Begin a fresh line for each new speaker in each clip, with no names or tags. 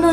の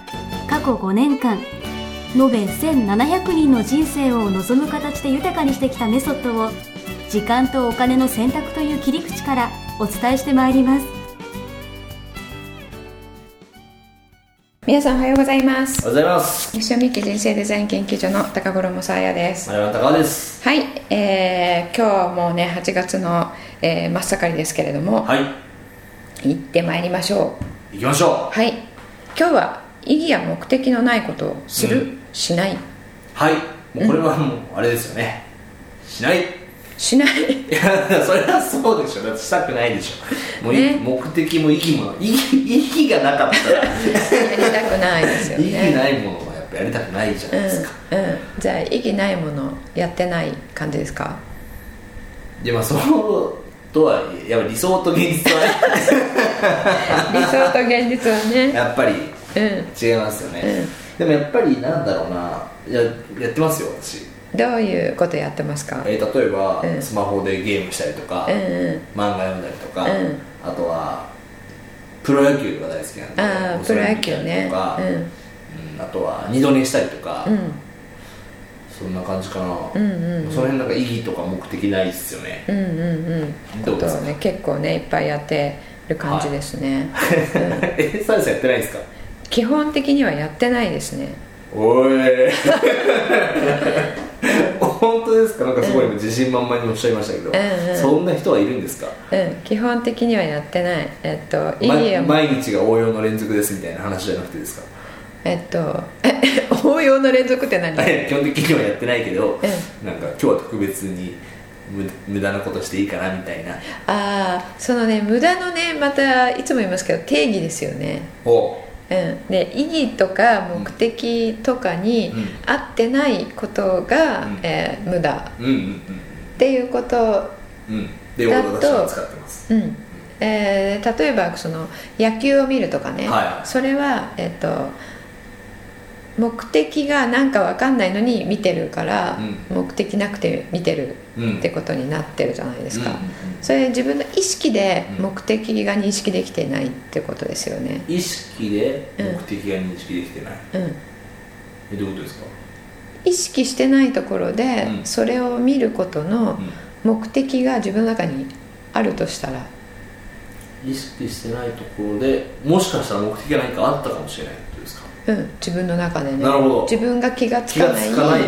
過去5年間延べ1700人の人生を望む形で豊かにしてきたメソッドを時間とお金の選択という切り口からお伝えしてまいります
皆さんおはようございま
お
す
はようございます。
西尾美希人生デザイン研究所の高頃もさやです
前山隆です。
はい、えー、今日はもうね8月の、えー真っ盛りですけれども、
はい、
行ってまいりましょう
行きましょ
はい今日は意義や目的のないことをする、
う。
しないう
はい、もうこれはもうあれですよね。しない。い
しない
や、それはそうでしょ。だってしたくないでしょ。もうい、
ね
目的も意義も意義意義がなかったら、
やりたくないですよ
意義
ね
ないものはやっぱやりたくないじゃ
う
なんいですか。
うん、じゃあ意義ないものやってない感じですか
で、まあそうとはやっぱ理想と現実はね
理想と現実は ね
やっぱり
うん
違いますよね。でもやっぱりなんだろうな。ややってますよ私。
どういうことやってますか
えー例えば、
うん
スマホでゲームしたりとか。
うんうん
漫画読んだりとか、
うん
あとはプロ野球が大好きなんで
ああプ
そ
ロ
れ
野
見
球
たり
ね
とか、うんあとは二度寝したりとか、
うん、
そんな感じかな、
うんうんうん
その辺なんか意義とか目的ないっすよね
うんうんうん
ど
こ
う
と
で
を
すか
ね結構ねいっぱいやってる感じですね、
えサルさんやってないですか
基本的にはやってないですね
おい 本当ですかなんかすごい今自信満々におっしゃいましたけど、
んうん
そんな人はいるんですか、
うん基本的にはやってないえっと意
ま
義を、
毎日が応用の連続ですみたいな話じゃなくてですか
えっと 応用の連続って何
はい 基本的にはやってないけど、
う
なんか今日は特別に無無駄なことしていいかなみたいな
ああそのね無駄のねまたいつも言いますけど定義ですよね
お
うん、で意義とか目的とかに
うん
合ってないことが、
うん
えー無駄
うんうん
っていうこと
うんうんで私
だと
は使ってます
うんえー例えばその野球を見るとかね、
はい
それは、えっと目的がなんかわかんないのに見てるから、目的なくて見てる
うん
ってことになってるじゃないですか、
うんうんうん
それ自分の意識で
うん
目的が認識できてないってことですよね、
意識で
う
目
ん
的が認識できてない、
うん、
えどういうことですか、
意識してないところで、
うん
それを見ることの
う
目的が自分の中にあるとしたら
ん、意識してないところでもしかしたら目的が何かあったかもしれないってことですか
うん、自分の中でね
なるほど
自分が気がつかない
気が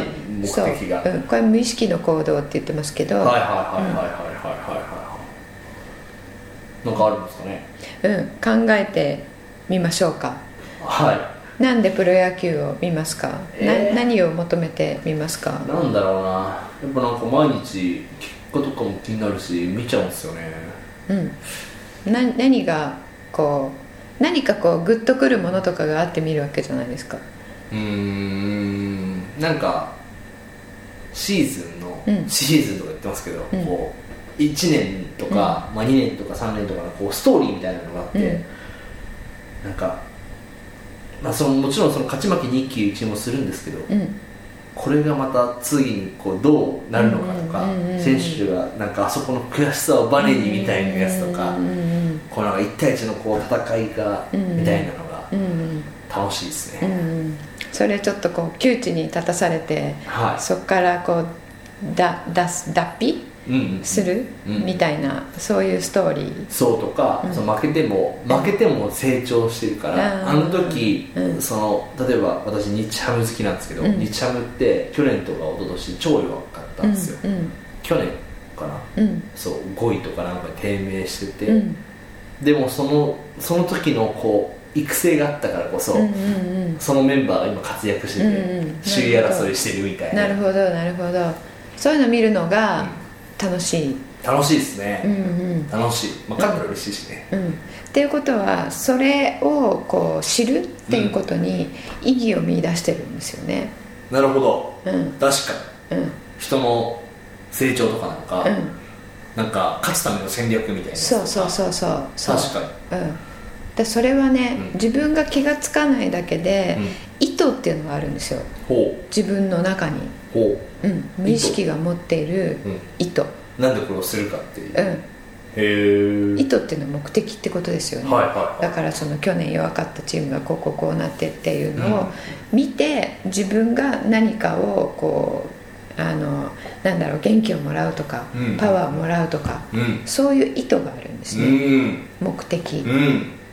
つかない目的が
そう、うん、これ無意識の行動って言ってますけど、
はいはいはいはいはいはいはいはいなんかあるんですかね
うん、考えてみましょうか
はい
なんでプロ野球を見ますか、
えー
な何を求めてみますか
なんだろうなやっぱなんか毎日結果とかも気になるし見ちゃうんですよね
うんな何がこう何かこうグッとくるものとかがあって見るわけじゃないですか
うーんなんかシーズンの、
うん
シーズンとか言ってますけど、
うん
こう1年とか、まあ、2年とか3年とかのこうストーリーみたいなのがあって、なんか、まあ、そのもちろんその勝ち負け2期1もするんですけど、
うん
これがまた次にこうどうなるのかとか、
うんうんうんうん
選手がなんかあそこの悔しさをバネにみたいなやつとか、
うんうん
こうなんか1対1のこう戦いが、
うん
みたいなのが
うんうん
楽しいです
う
ね、
んうんそれちょっとこう窮地に立たされて
は
そこからこうだ出す脱皮
い、うんうん、
する、
うん
みたいなそういうストーリー
そうとか、
うん
その負けても負けても成長してるから、
うん
あの時、
うん
その例えば私日ハム好きなんですけど、
うん
日ハムって去年とか一昨年超弱かったんですよ、
うん
去年かな
うん
そう5位とかなんか低迷してて、
うんうん
でもそのその時のこう育成があったからこそ、
うんうんうん
そのメンバーが今活躍してて、
うんうん
首位争いしてるみたいな
なるほどなるほどそういうの見るのが楽しい
楽しいです
うん
ね、
うん
楽しい、まあ、勝ったら嬉しいしね、
うん、っていうことはそれをこう知るっていうことに意義を見出してるんですよね。
なるほど
うんうん
確かに
うん
人の成長とかなんか、なんか勝つための戦略みたいな
そうそうそうそうそう
確かに
うん、でそれはね、
うん
自分が気が付かないだけで、
うん
意図っていうのがあるんですよ
ほ
自分の中に、
うほ
うん、無意識が持っている
う、うん、
意図、
なんでこれをするかっていう、
うん、
へえ
意図っていうのは目的ってことですよね、
はいはい
だ
は
からその去年弱かったチームがこうこうこうなってっていうの
う
を
ん
見て自分が何かをこうあのなんだろう元気をもらうとか、
うん
パワーをもらうとか
いうん
そういう意図があるんですね、目的、
うん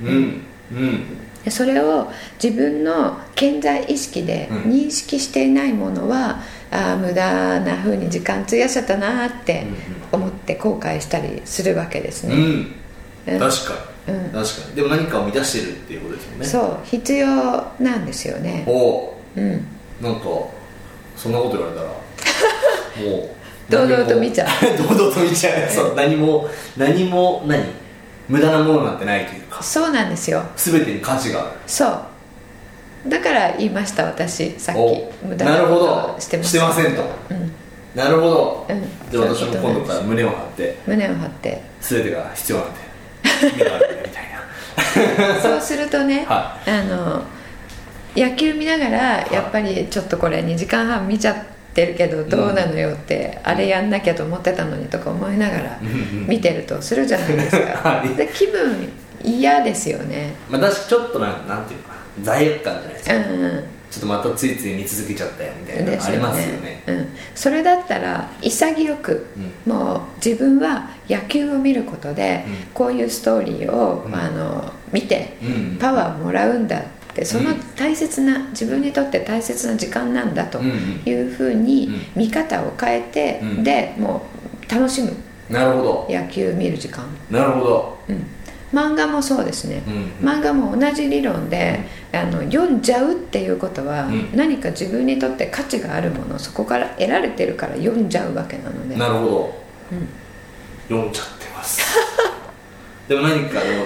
うんうん
でそれを自分の健在意識で
うん
認識していないものは、ああ無駄な風に時間費やしちゃったなーって思って後悔したりするわけです
うん、う
ね、
ん
うん
確かに、
うん
確かにでも何かを満たしてるっていうことですよね
そう必要なんですよね、
お
うん、
なんかそんなこと言われたらもう
堂々と
何も
見ちゃ
堂々と見ちゃうそう何も何も何無駄なものなんてないというか
そうなんですよ
全てに価値がある
そうだから言いました私さっき
お
無駄
なるほ
こと
ど
をしてま
し
す
てませんと
うん、
なるほど、
うん
じゃあ私も今
そういうこと
度から
なんです
胸を張って
胸を張って
全てが必要なんで意味があるんだみたいな
そうするとね、
は
あの野球見ながら
い
やっぱりちょっとこれ2時間半見ちゃってるけどどうなのよって、あれやんなきゃと思ってたのにとか思いながら
うんうん
見てるとするじゃないですか、
はい
で気分嫌ですよね
まあ、私ちょっとなんなんていうかな罪悪感じゃないです
う
か、
ん
ち
う
ょ
ん
っとまたついつい見続けちゃったよみたいな
で
のありますよね
うん、それだったら潔く、もう自分は野球を見ることで、
うん
こういうストーリーを、
うん
あの見て
うん
パワーもらうんだってその大切な、自分にとって大切な時間なんだと
うんうん
いうふうに
う
見方を変えて、
うん
でもう楽しむ
なるほど
野球見る時間、
なるほど、
うん、漫画もそうですね、
うんうん
漫画も同じ理論で、あの読んじゃうっていうことは、
うん
何か自分にとって価値があるものそこから得られてるから読んじゃうわけなので
なるほど、
うん
読んじゃってます でも何かでも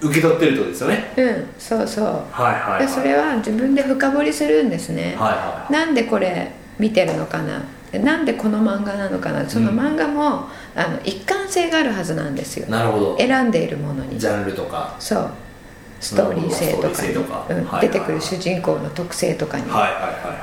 受け取ってるってことですよね
うんそうそう、
はいはい、は
で
い、
それは自分で深掘りするんですね、
はいはい
なんでこれ見てるのかなでなんでこの漫画なのかなその漫画も、あの一貫性があるはずなんですよ
なるほど
選んでいるものに
ジャンルとか
そうストーリー性とか
ストーリー性とか
うん
はい
出てくる主人公の特性とかに、
はいは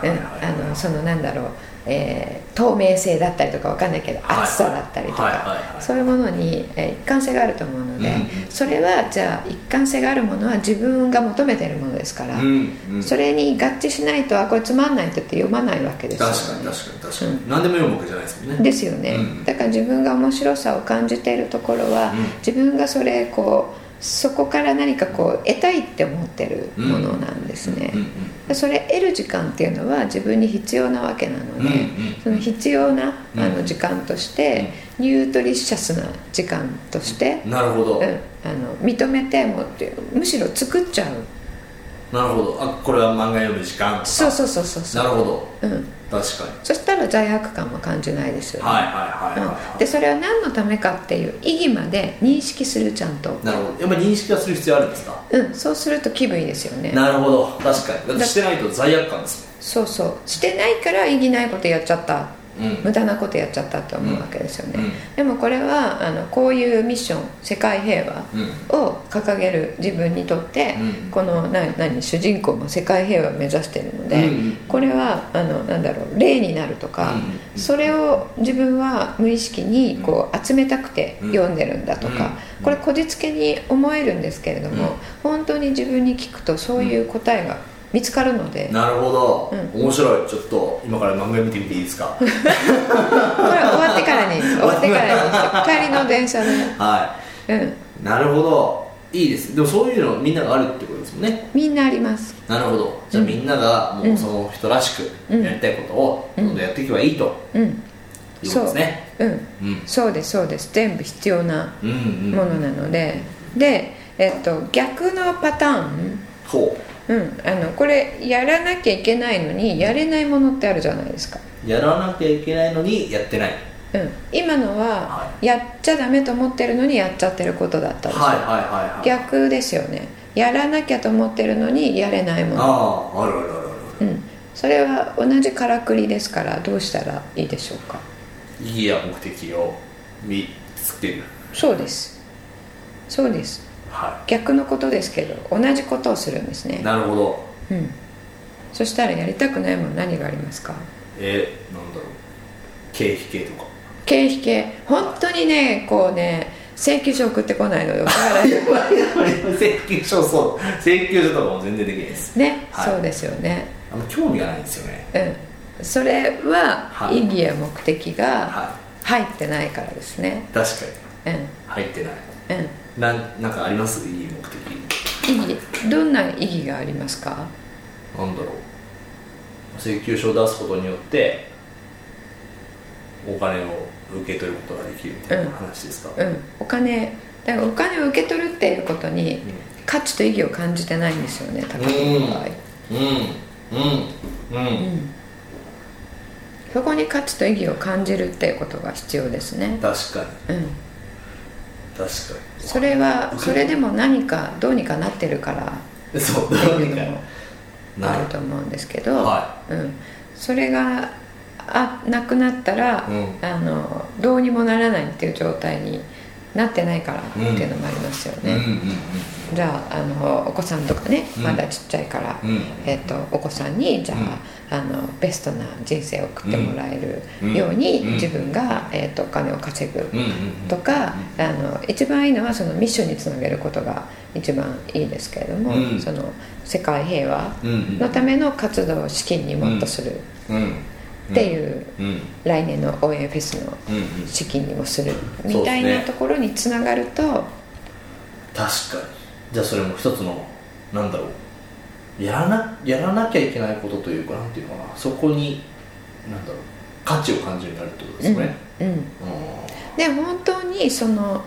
いはいはいはい、
うん、あのそのなんだろう、えー透明性だったりとかわかんないけど
はい
厚さだったりとか、
はいはいはい
そういうものに、えー一貫性があると思うので、
うん
それはじゃあ一貫性があるものは自分が求めてるものですから、
うんうん、
それに合致しないとあこれつまんないって言って読まないわけですよね
確かに確かに確かに、
う
何でも読むわけじゃないですもんね
ですよね、
うん
だから自分が面白さを感じているところは、
うん
自分がそれこうそこから何かこう得たいって思ってるものなんですね、
うんうん
でそれ得る時間っていうのは自分に必要なわけなので、
うんうん
その必要な
うん
あの時間として、ニュートリシャスな時間として、
なるほど、
うんあの認めてもってむしろ作っちゃう
なるほどあこれは漫画読む時間とか
そうそうそうそうそう
なるほど
うん、
確かに
そしたら罪悪感も感じないですよね、
はいはいはいはい、
うんでそれは何のためかっていう意義まで認識するちゃんと、
なるほどやっぱり認識はする必要あるんですか
うん、そうすると気分いいですよね
なるほど確かにだってしてないと罪悪感です
そうそうしてないから意義ないことやっちゃった
もんうん
無駄なことやっちゃったと思うわけですよね、
うん
でもこれはあのこういうミッション世界平和を掲げる自分にとって、
うん
このな何主人公も世界平和を目指してるので、
うんうん
これはあのなんだろう例になるとか、
うんうん
それを自分は無意識にこう集めたくて
うん
読んでるんだとか、
うん
これこじつけに思えるんですけれども、
うん
本当に自分に聞くとそういう答えが見つかるので、
なるほど、
う
面白いちょっと今から漫画見てみていいですか
これは終わってからに終わってからに帰りの電車で、
は
うん、
いなるほどいいですでもそういうのみんながあるってことですもんね
みんなあります
なるほどじゃあみんながもうその人らしく
うん
やりたいことをどんどんやっていけばいいと
うん
いうことですね
そう,、うん、
うん
そうですそうです全部必要な
うんうん
ものなので、で、えっと、逆のパターン、
こ
うん、あのこれやらなきゃいけないのにやれないものってあるじゃないですか、
うやらなきゃいけないのにやってない
うん、今のは
は
やっちゃダメと思ってるのにやっちゃってることだったんですよ
はいはいはいはい
逆ですよねやらなきゃと思ってるのにやれないもの、
あああるあるあるある
うん、それは同じからくりですからどうしたらいいでしょうか
意義や目的を見つける
そうですそうです
は
逆のことですけど同じことをするんです
い
ね、
なるほど
うん、そしたらやりたくないもの何がありますか
えなんだろう経費系とか
経費系本当にねこうね請求書送ってこないのでお支払い
請求書そう請求書とかも全然できないです
ね、
はい
そうですよね
あんま興味がないんですよね
うんそれは
はい
意義や目的が
は
入ってないからですね
い確かに
うん
入ってない
うん
なんなんかありますいい目的
意義どんな意義がありますか
なんだろう請求書を出すことによってお金を受け取ることができるみたいな話ですか、
うんお金だからお金を受け取るっていうことに価値と意義を感じてないんですよね高木の場合、
うんうんうん、
うん、そこに価値と意義を感じるっていうことが必要ですね
確かに
うん
確かに
それはそれでも何かどうにかなってるから
そう
って
何
い
か
うのも
な
ある
る
と思うんですけど、
は
うん、それがあなくなったら、
うん
あのどうにもならないっていう状態になってないからっていうのもありますよ
うんうん
ね、じゃああのお子さんとかね
うん
まだちっちゃいから、
うん
えっとお子さんにじゃあ,、あのベストな人生を送ってもらえるように、
うんうん
自分が、えっとお金を稼ぐ、
うんうんうん
とか、あの一番いいのはそのミッションにつなげることが一番いいですけれども、
うん
その世界平和
うんうん
のための活動を資金にもっとする
うん
っていう、
うんうん
来年の応援フェスの
うんうん
資金にもする
うん
みたい
そうで
な
すね
ところにつながると、
確かにじゃあそれも一つのなんだろうやらなやらなきゃいけないことというかなんていうのかなそこになんだろう価値を感じるようになるってことですね、
うん、
うん
で本当にその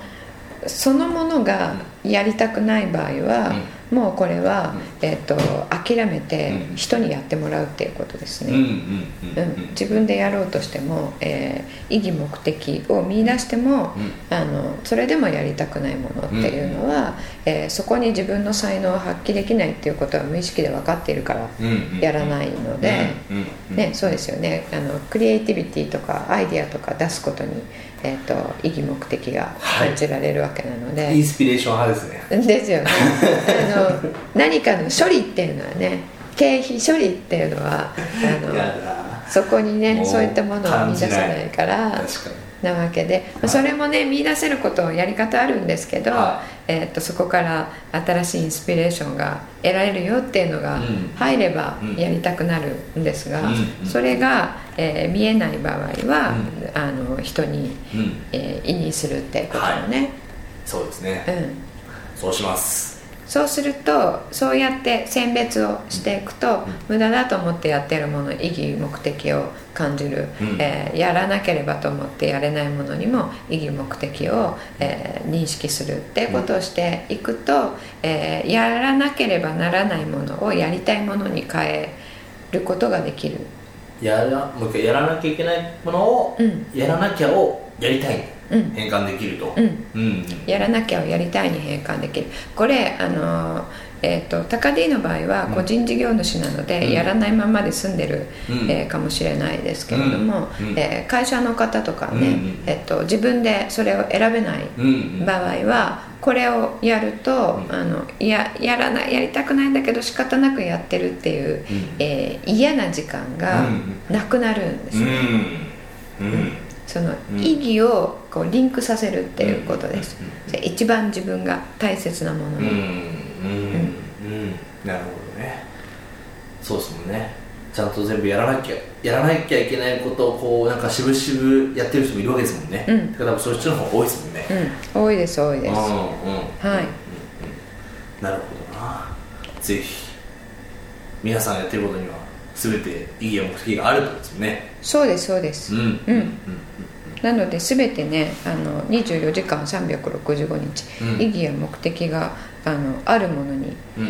そのものがやりたくない場合は、もうこれは、えっと諦めて
うん
人にやってもらうっていうことですね。
うんうんうんう
うんん、自分でやろうとしても、えー意義目的を見出しても、あのそれでもやりたくないものっていうのは、えーそこに自分の才能を発揮できないっていうことは無意識で分かっているから
うんうんうん
やらないので、
うんうんうん
ね、そうですよねあのクリエイティビティとかアイディアとか出すことに、えー、と意義目的が感じられるわけなので。
インスピレーション派ですね
ですよねあ の何かの処理っていうのはね経費処理っていうのはあの
やだ
そこに
も
ね
う
そういったものを見出さないから
確かに
なわけで、まあ
はい
それもね見出せることをやり方あるんですけど、
は
えー、とそこから新しいインスピレーションが得られるよっていうのが
うん
入れば
うん
やりたくなるんですが、
うんうん
それが、えー見えない場合は、あの人に、
うん
えー委任するっていうことをね、
そうですね、
うん、
そうします
そうするとそうやって選別をしていくと、無駄だと思ってやってるもの意義目的を感じる、
うん
えーやらなければと思ってやれないものにも意義目的を、えー認識するっていうことをしていくと、えーやらなければならないものをやりたいものに変えることができる。
やらもう一回やらなきゃいけないものを、
うん
やらなきゃをやりたい、
うん
変換できると、
うん
うんうん
やらなきゃをやりたいに変換できるこれあの、えー、と高 D の場合は個人事業主なので、
うん
やらないままで済んでる、
うん
えーかもしれないですけれども、
うんうん
えー会社の方とかね、
うんうん
えー、と自分でそれを選べない
うんうん
場合は、これをやると、
うん
あのいややらないやりたくないんだけど仕方なくやってるっていう、
うん
えー嫌な時間がなくなるんです
う
ね。
んうん
その
うん
意義をこうリンクさせるっていうことです
うんうん、
それ一番自分が大切なもの
うん
に、
うんなるほどねそうですもんねちゃんと全部やらなきゃやらなきゃいけないことをこうなんかしぶしぶやってる人もいるわけですもんね、
うん
だから多分そういう人の方が多いですもんね、
うん、多いです多いです、
うんうん
はい
うんなるほどなぜひ皆さんやってることには全て意義や目的があるってことですもんね
そうですそうです、
うん
うん
うん
なので全てねあの24時間365日、
うん
意義や目的があのあるものに
うん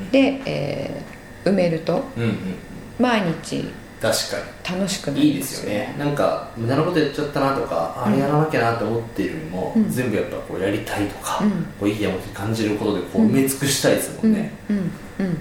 うん
で、えー埋めると
うんうんうん
毎日
確か
楽しくな
にい
り
い
ま
ですよねなんか無駄なことやっちゃったなとか、あ
う
れ
ん
やらなきゃなと思っているよりも、
うん
全部やっぱこうやりたいとか、
うん
こういいやも感じることでこう埋め尽くしたいですもんね、
うんうんうん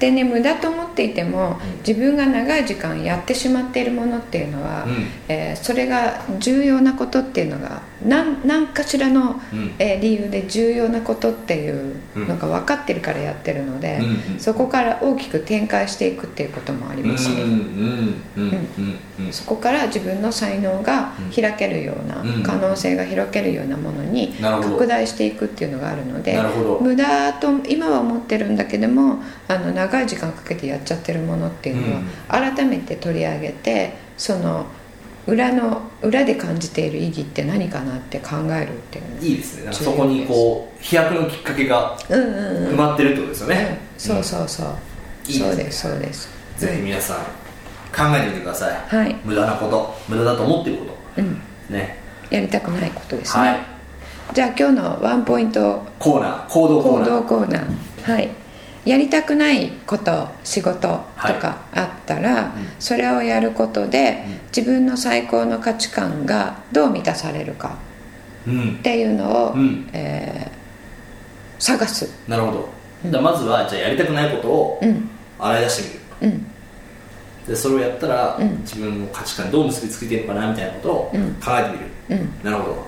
でね無駄と思っていても
うん
自分が長い時間やってしまっているものっていうのは、
うん
えーそれが重要なことっていうのが何何かしらの、
うん
えー理由で重要なことっていうのが分かってるからやってるので、
うんうん
そこから大きく展開していくっていうこともありますね、
うんうんうんうんうん
そこから自分の才能が開けるような、
うん
可能性が開けるようなものに
なるほど
拡大していくっていうのがあるので
なるほど
無駄と今は思ってるんだけどもあの長い時間かけてやっちゃってるものっていうの
う
は
ん
改めて取り上げてその裏の裏で感じている意義って何かなって考えるっていう
いいですねなんかそこにこう飛躍のきっかけが
うんうんうん
埋まってるってことですよね、
そうそうそう、
いいですね
そうですそうです
ぜひ皆さん考えてみてください、
はい
無駄なこと無駄だと思っているこ
うん
とね
やりたくないことですね、
はい
じゃあ今日のワンポイント
コーナー行動コー
行
ナ
動
ー
コーナーはいやりたくないこと仕事とかあったら、それをやることで、
うん
自分の最高の価値観がどう満たされるか
うん
っていうのを、
うん
えー探す
なるほど、じゃあまずはじゃあやりたくないことを
うん
洗い出してみる
うん
でそれをやったら、
うん
自分の価値観にどう結びついてるのかなみたいなことを考
うん
えてみる、
うん
なるほど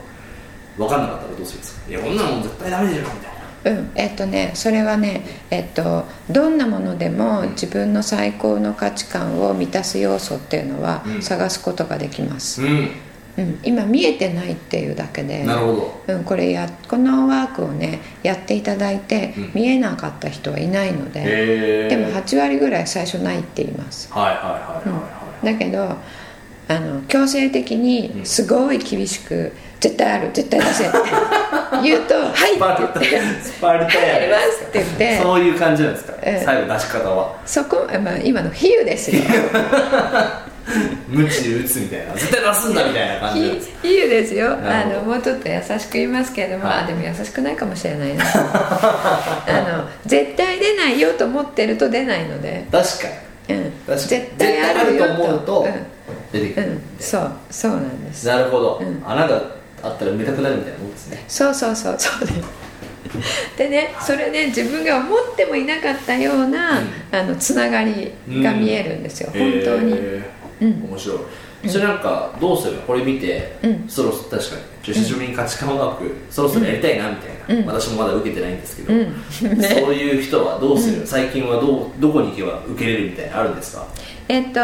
分かんなかったらどうするんですかいやこんなもん絶対ダメでしょみたいな
うん、えっとねそれはねえっとどんなものでも自分の最高の価値観を満たす要素っていうのは
うん
探すことができます、
う
うん、今見えてないっていうだけで
んなるほど
うん、これやこのワークをねやっていただいて、
うん
見えなかった人はいないので、
へえ
でも8割ぐらい最初ないって言います、
はいはいはいはいはい、
だけどあの強制的
う
に
ん
すごい厳しく「絶対ある絶対出 せ」って言うと「はい」
スパル
って
タ
言って
スパルタ
「やり
や
ま
ね
す」って言って
そういう感じなんですか、
ええ
最後出し方は
そこ、まあ、今の比喩です よ
無知で打つみたいな絶対出すんだみたいな感
比
じなんです
比喩ですよ
な
あ
るほど
のもうちょっと優しく言いますけれども、
はい
あでも優しくないかもしれないなあの絶対出ないよと思ってると出ないので
確かに
うん
確かに
絶対あるよ
絶対あると思うと出て
う
く
ん、
る、
うん、そうそうなんです
なるほど、
うん
穴があったら埋めたくなるみたいなもんですね
そうそうそうそうですでねそれね自分が思ってもいなかったような、
うん
あのつながりが見えるんですよ、本当に、
へ
う
ー
ん
面白いそれなんかどうすればこれ見て、
うん
そろそろ確かに久しぶりに価値観ワーク、そろそろやりたいなみたいな、
うん
私もまだ受けてないんですけど、
うん ね
そういう人はどうする、最近はどうどこに行けば受けれるみたいなのあるんですか
えっと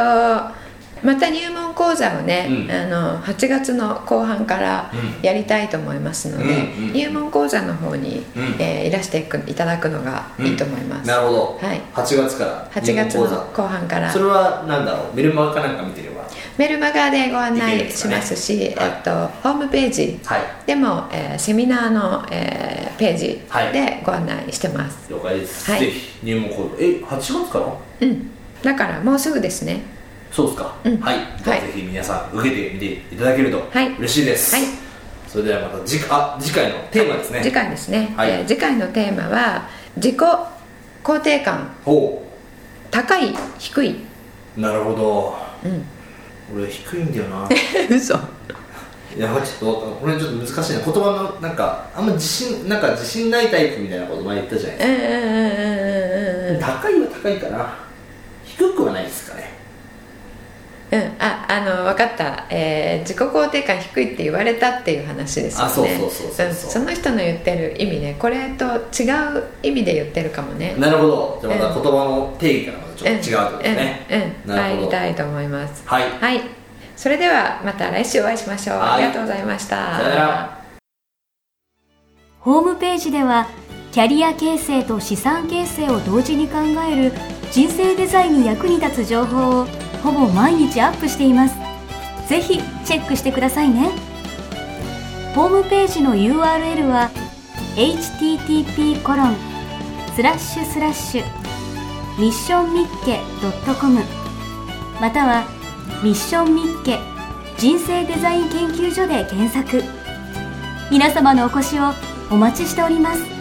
また入門講座をね、
うん
あの8月の後半から
うん
やりたいと思いますので、
うんうんうん
入門講座の方に、
うん
えーいらしていくいただくのがいいと思います、
なるほど、
はい
8月から
8月
入
の
門講座
後半から
それはなんだろうメルマガかなんか見てれば
メルマガでご案
いけるん
内
です
し
かね
ますし、
はい
えっと、ホームページ
はい
でも、えーセミナーの、えーページ
はい
でご案内してます、
了解です、
はい
ぜひ入門講座え8月から
うん、だからもうすぐですね
そうですか、
うん
はい、じゃあぜひ皆さん受けてみていただけると
はい
嬉しいです、
はい
それではまた次あ次回のテーマですね
次回ですね、
はい
えー次回のテーマは自己肯定感
ほ
高い低 い、
うなるほど
うん、
俺低いんだよな
嘘
いやちょっとこれちょっと難しいな言葉のなんかあんま自信なんか自信ないタイプみたいなこと前言ったじゃないで
うんうんうんうんうんうん
すか、高いは高いかな低くはないですかね
うんああの分かった、えー自己肯定感低いって言われたっていう話ですよね
あそうそうそうそうそうん
その人の言ってる意味ねこれと違う意味で言ってるかもね
なるほどじゃあまた言葉の定義からまたちょっと違うってことですね、
うんうんうん、
なる
参
ほ
り
ど
たいと思います
はい
はいそれではまた来週お会いしましょう、
はい
ありがとうございました
さよなら
ホームページではキャリア形成と資産形成を同時に考える人生デザインに役に立つ情報をほぼ毎日アップしていますぜひチェックしてくださいねホームページの URL は http コロンスラッシュスラッシュミッションミッケ .com またはミッションミッケ人生デザイン研究所で検索皆様のお越しをお待ちしております